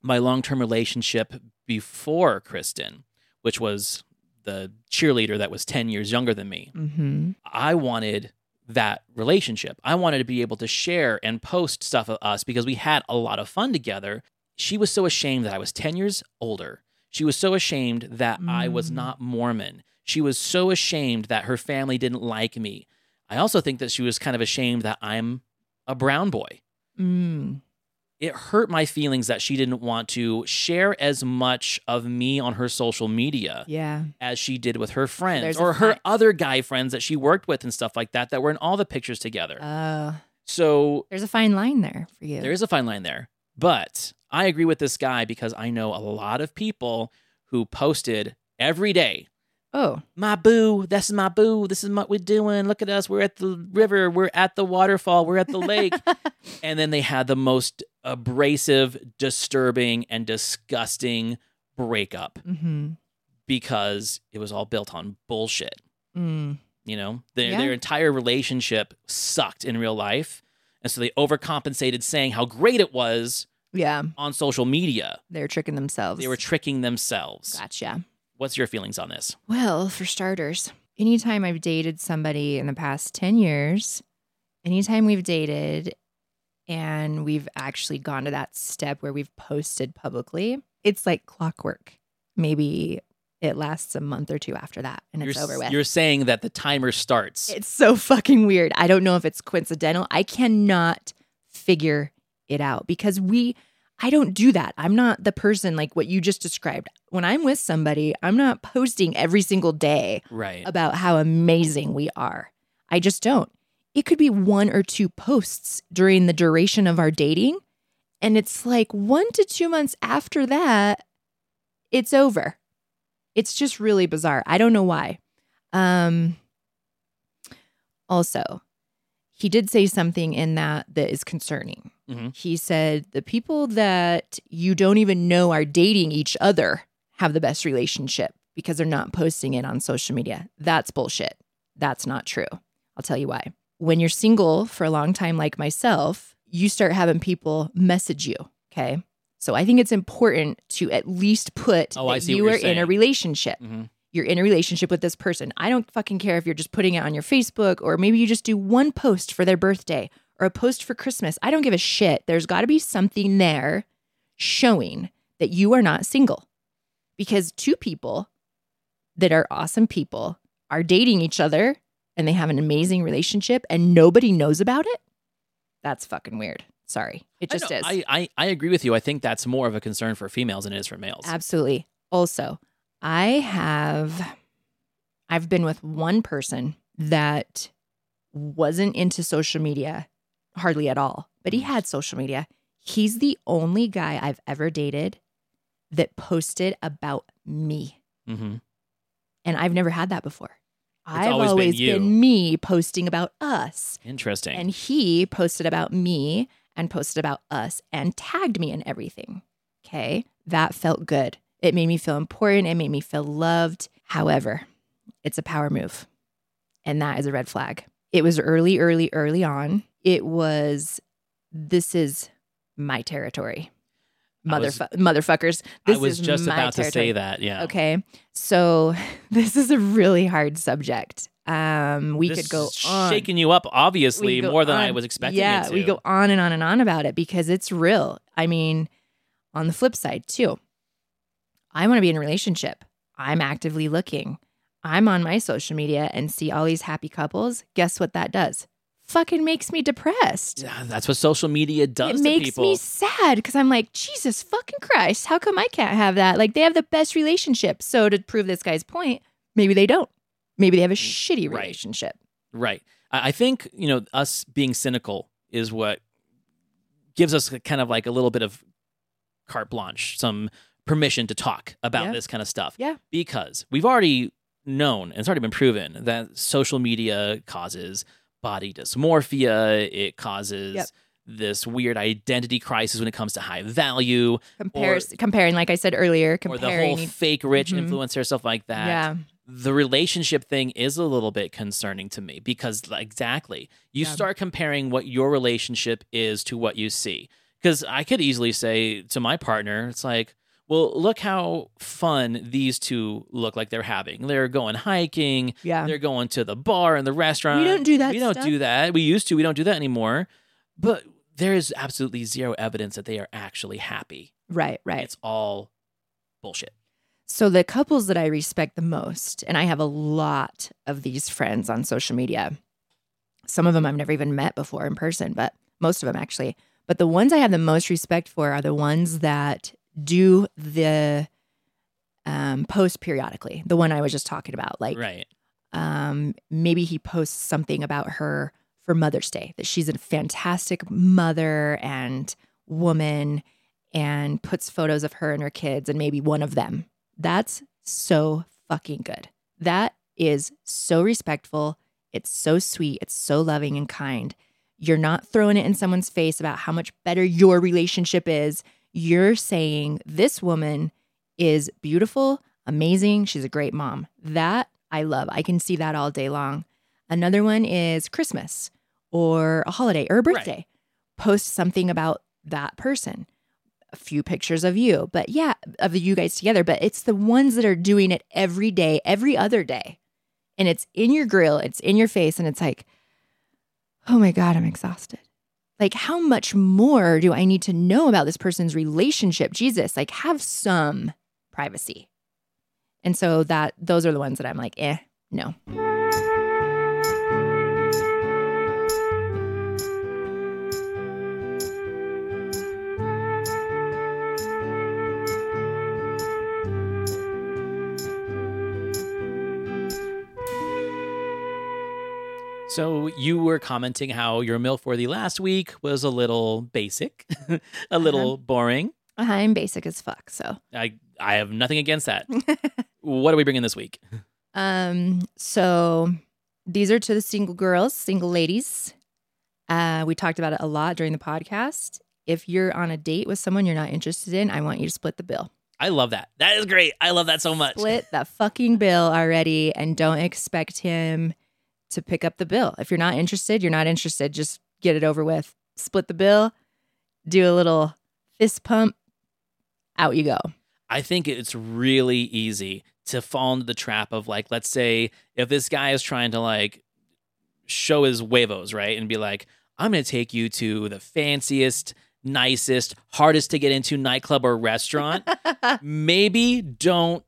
Speaker 1: my long term relationship before Kristen, which was the cheerleader that was 10 years younger than me,
Speaker 2: Mm-hmm.
Speaker 1: I wanted that relationship. I wanted to be able to share and post stuff of us because we had a lot of fun together. She was so ashamed that I was 10 years older. She was so ashamed that I was
Speaker 2: Mm.
Speaker 1: not Mormon. She was so ashamed that her family didn't like me. I also think that she was kind of ashamed that I'm a brown boy
Speaker 2: Mm.
Speaker 1: it hurt my feelings that she didn't want to share as much of me on her social media
Speaker 2: Yeah.
Speaker 1: as she did with her friends
Speaker 2: There's a
Speaker 1: or her
Speaker 2: fact.
Speaker 1: other guy friends that she worked with and stuff like that that were in all the pictures together.
Speaker 2: Uh,
Speaker 1: so
Speaker 2: there's a fine line there for you.
Speaker 1: there is a fine line there. But I agree with this guy because I know a lot of people who posted every day
Speaker 2: oh,
Speaker 1: my boo, this is my boo, this is what we're doing. Look at us, we're at the river, we're at the waterfall, we're at the lake. and then they had the most abrasive, disturbing, and disgusting breakup
Speaker 2: mm-hmm.
Speaker 1: because it was all built on bullshit.
Speaker 2: Mm.
Speaker 1: You know, their,
Speaker 2: Yeah.
Speaker 1: their entire relationship sucked in real life. And so they overcompensated saying how great it was
Speaker 2: Yeah.
Speaker 1: on social media.
Speaker 2: They're tricking themselves.
Speaker 1: They were tricking themselves.
Speaker 2: Gotcha.
Speaker 1: What's your feelings on this?
Speaker 2: Well, for starters, anytime I've dated somebody in the past 10 years, anytime we've dated and we've actually gone to that step where we've posted publicly, it's like clockwork. Maybe it lasts a month or two after that and it's
Speaker 1: you're,
Speaker 2: over with.
Speaker 1: you're saying that the timer starts.
Speaker 2: It's so fucking weird. I don't know if it's coincidental. I cannot figure it out because we, I don't do that. I'm not the person like what you just described. When I'm with somebody, I'm not posting every single day
Speaker 1: right.
Speaker 2: about how amazing we are. I just don't. It could be one or two posts during the duration of our dating. And it's like one to two months after that, it's over. It's just really bizarre. I don't know why. Um, also, he did say something in that that is concerning.
Speaker 1: Mhm.
Speaker 2: He said, The people that you don't even know are dating each other have the best relationship because they're not posting it on social media. That's bullshit. That's not true. I'll tell you why. When you're single for a long time, like myself, you start having people message you. Okay. So I think it's important to at least put
Speaker 1: Oh, I
Speaker 2: that
Speaker 1: see what
Speaker 2: you
Speaker 1: you're
Speaker 2: are in a
Speaker 1: saying.
Speaker 2: relationship.
Speaker 1: Mhm.
Speaker 2: You're in a relationship with this person. I don't fucking care if you're just putting it on your Facebook or maybe you just do one post for their birthday or a post for Christmas. I don't give a shit. There's got to be something there showing that you are not single because two people that are awesome people are dating each other and they have an amazing relationship and nobody knows about it. That's fucking weird. Sorry. It
Speaker 1: I
Speaker 2: just
Speaker 1: know.
Speaker 2: is.
Speaker 1: I, I, I agree with you. I think that's more of a concern for females than it is for males.
Speaker 2: Absolutely. Also, I have I've been with one person that wasn't into social media hardly at all, but
Speaker 1: Mm.
Speaker 2: he had social media. He's the only guy I've ever dated that posted about me.
Speaker 1: Mm-hmm.
Speaker 2: And I've never had that before. I've
Speaker 1: always
Speaker 2: always,
Speaker 1: been you.
Speaker 2: been, me posting about us.
Speaker 1: Interesting.
Speaker 2: And he posted about me and posted about us and tagged me in everything. Okay. That felt good. It made me feel important. It made me feel loved. However, it's a power move. And that is a red flag. It was early, early, early on. It was, this is my territory.
Speaker 1: I was-
Speaker 2: Motherfu- motherfuckers. This
Speaker 1: I was
Speaker 2: is
Speaker 1: just
Speaker 2: my
Speaker 1: about to
Speaker 2: territory.
Speaker 1: say that. Yeah.
Speaker 2: Okay. So this is a really hard subject. Um, we
Speaker 1: This
Speaker 2: could go
Speaker 1: is
Speaker 2: on.
Speaker 1: shaking you up,
Speaker 2: We
Speaker 1: obviously,
Speaker 2: go
Speaker 1: more than I
Speaker 2: on.
Speaker 1: was expecting
Speaker 2: Yeah,
Speaker 1: it to.
Speaker 2: we go on and on and on about it because it's real. I mean, on the flip side too, I want to be in a relationship. I'm actively looking. I'm on my social media and see all these happy couples. Guess what that does? Fucking makes me depressed.
Speaker 1: Yeah, That's what social media does
Speaker 2: it
Speaker 1: to
Speaker 2: makes
Speaker 1: people.
Speaker 2: me sad because I'm like, Jesus fucking Christ, how come I can't have that? Like, they have the best relationship. So, to prove this guy's point, maybe they don't. Maybe they have a shitty
Speaker 1: Mm, right.
Speaker 2: relationship.
Speaker 1: Right. I I think, you know, us being cynical is what gives us a- kind of like a little bit of carte blanche, some permission to talk about
Speaker 2: Yeah.
Speaker 1: this kind of stuff.
Speaker 2: Yeah.
Speaker 1: Because we've already known and it's already been proven that social media causes body dysmorphia, it causes
Speaker 2: Yep.
Speaker 1: this weird identity crisis when it comes to high value
Speaker 2: Compares, comparing, like I said earlier,
Speaker 1: or the
Speaker 2: comparing.
Speaker 1: whole fake rich
Speaker 2: Mhm.
Speaker 1: influencer stuff like that
Speaker 2: yeah,
Speaker 1: the relationship thing is a little bit concerning to me because like, exactly you
Speaker 2: Yeah.
Speaker 1: start comparing what your relationship is to what you see because i could easily say to my partner it's like well look how fun these two look like they're having they're going hiking
Speaker 2: yeah.
Speaker 1: they're going to the bar and the restaurant
Speaker 2: We don't do that
Speaker 1: we don't
Speaker 2: stuff.
Speaker 1: do that we used to we don't do that anymore but there is absolutely zero evidence that they are actually happy
Speaker 2: Right, right.
Speaker 1: it's all bullshit
Speaker 2: So the couples that I respect the most, and I have a lot of these friends on social media. Some of them I've never even met before in person, but most of them actually. But the ones I have the most respect for are the ones that do the um, post periodically. The one I was just talking about, like
Speaker 1: right
Speaker 2: um, maybe he posts something about her for Mother's Day that she's a fantastic mother and woman and puts photos of her and her kids and maybe one of them. That's so fucking good. That is so respectful. It's so sweet. It's so loving and kind. You're not throwing it in someone's face about how much better your relationship is. You're saying this woman is beautiful, amazing. She's a great mom. That I love. I can see that all day long. Another one is Christmas or a holiday or a
Speaker 1: Right.
Speaker 2: birthday. Post something about that person, a few pictures of you, but yeah, of you guys together. But it's the ones that are doing it every day, every other day. And it's in your grill, it's in your face, and it's like, oh my God, I'm exhausted. Like, how much more do I need to know about this person's relationship? Jesus, like, have some privacy. And so that those are the ones that I'm like, eh, no.
Speaker 1: So you were commenting how your meal for the last week was a little basic, a little boring.
Speaker 2: Uh-huh, I'm basic as fuck. So,
Speaker 1: I I have nothing against that. what are we bringing this week?
Speaker 2: um, so these are to the single girls, single ladies. Uh, we talked about it a lot during the podcast. If you're on a date with someone you're not interested in, I want you to split the bill.
Speaker 1: I love that. That is great. I love that so much.
Speaker 2: Split that fucking bill already and don't expect him to pick up the bill. If you're not interested, you're not interested. Just get it over with. Split the bill, do a little fist pump, out you go.
Speaker 1: I think it's really easy to fall into the trap of like, let's say if this guy is trying to like show his huevos, right? And be like, I'm going to take you to the fanciest, nicest, hardest to get into nightclub or restaurant. Maybe don't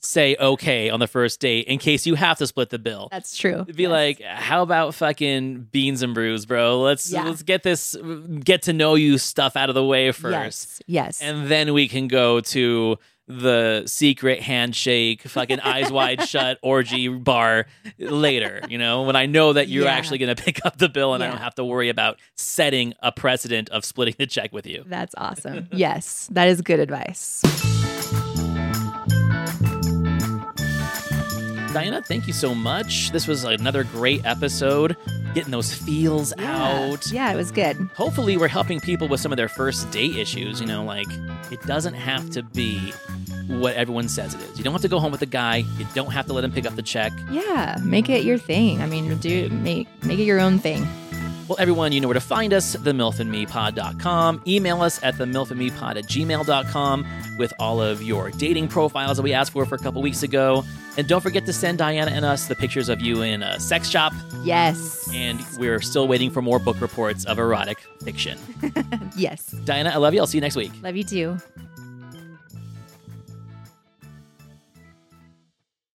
Speaker 1: say okay on the first date in case you have to split the bill.
Speaker 2: That's true.
Speaker 1: Be
Speaker 2: Uh, Yes.
Speaker 1: like, how about fucking beans and brews, bro? Let's
Speaker 2: Yeah.
Speaker 1: let's get this get to know you stuff out of the way first
Speaker 2: Yes. yes.
Speaker 1: and then we can go to the secret handshake, fucking eyes wide shut orgy bar later, you know, when I know that you're
Speaker 2: Yeah.
Speaker 1: actually going to pick up the bill and I
Speaker 2: Yeah.
Speaker 1: don't have to worry about setting a precedent of splitting the check with you.
Speaker 2: That's awesome. yes, that is good advice.
Speaker 1: Diana, thank you so much. This was another great episode, getting those feels out.
Speaker 2: Yeah, it was good.
Speaker 1: Hopefully, we're helping people with some of their first date issues. You know, like it doesn't have to be what everyone says it is. You don't have to go home with the guy, you don't have to let him pick up the check.
Speaker 2: Yeah, make it your thing. I mean, do make make it your own thing.
Speaker 1: Well, everyone, you know where to find us, themilfandmepod.com. Email us at themilfandmepod at gmail.com with all of your dating profiles that we asked for for a couple weeks ago. And don't forget to send Diana and us the pictures of you in a sex shop.
Speaker 2: Yes.
Speaker 1: And we're still waiting for more book reports of erotic fiction.
Speaker 2: Yes.
Speaker 1: Diana, I love you. I'll see you next week.
Speaker 2: Love you too.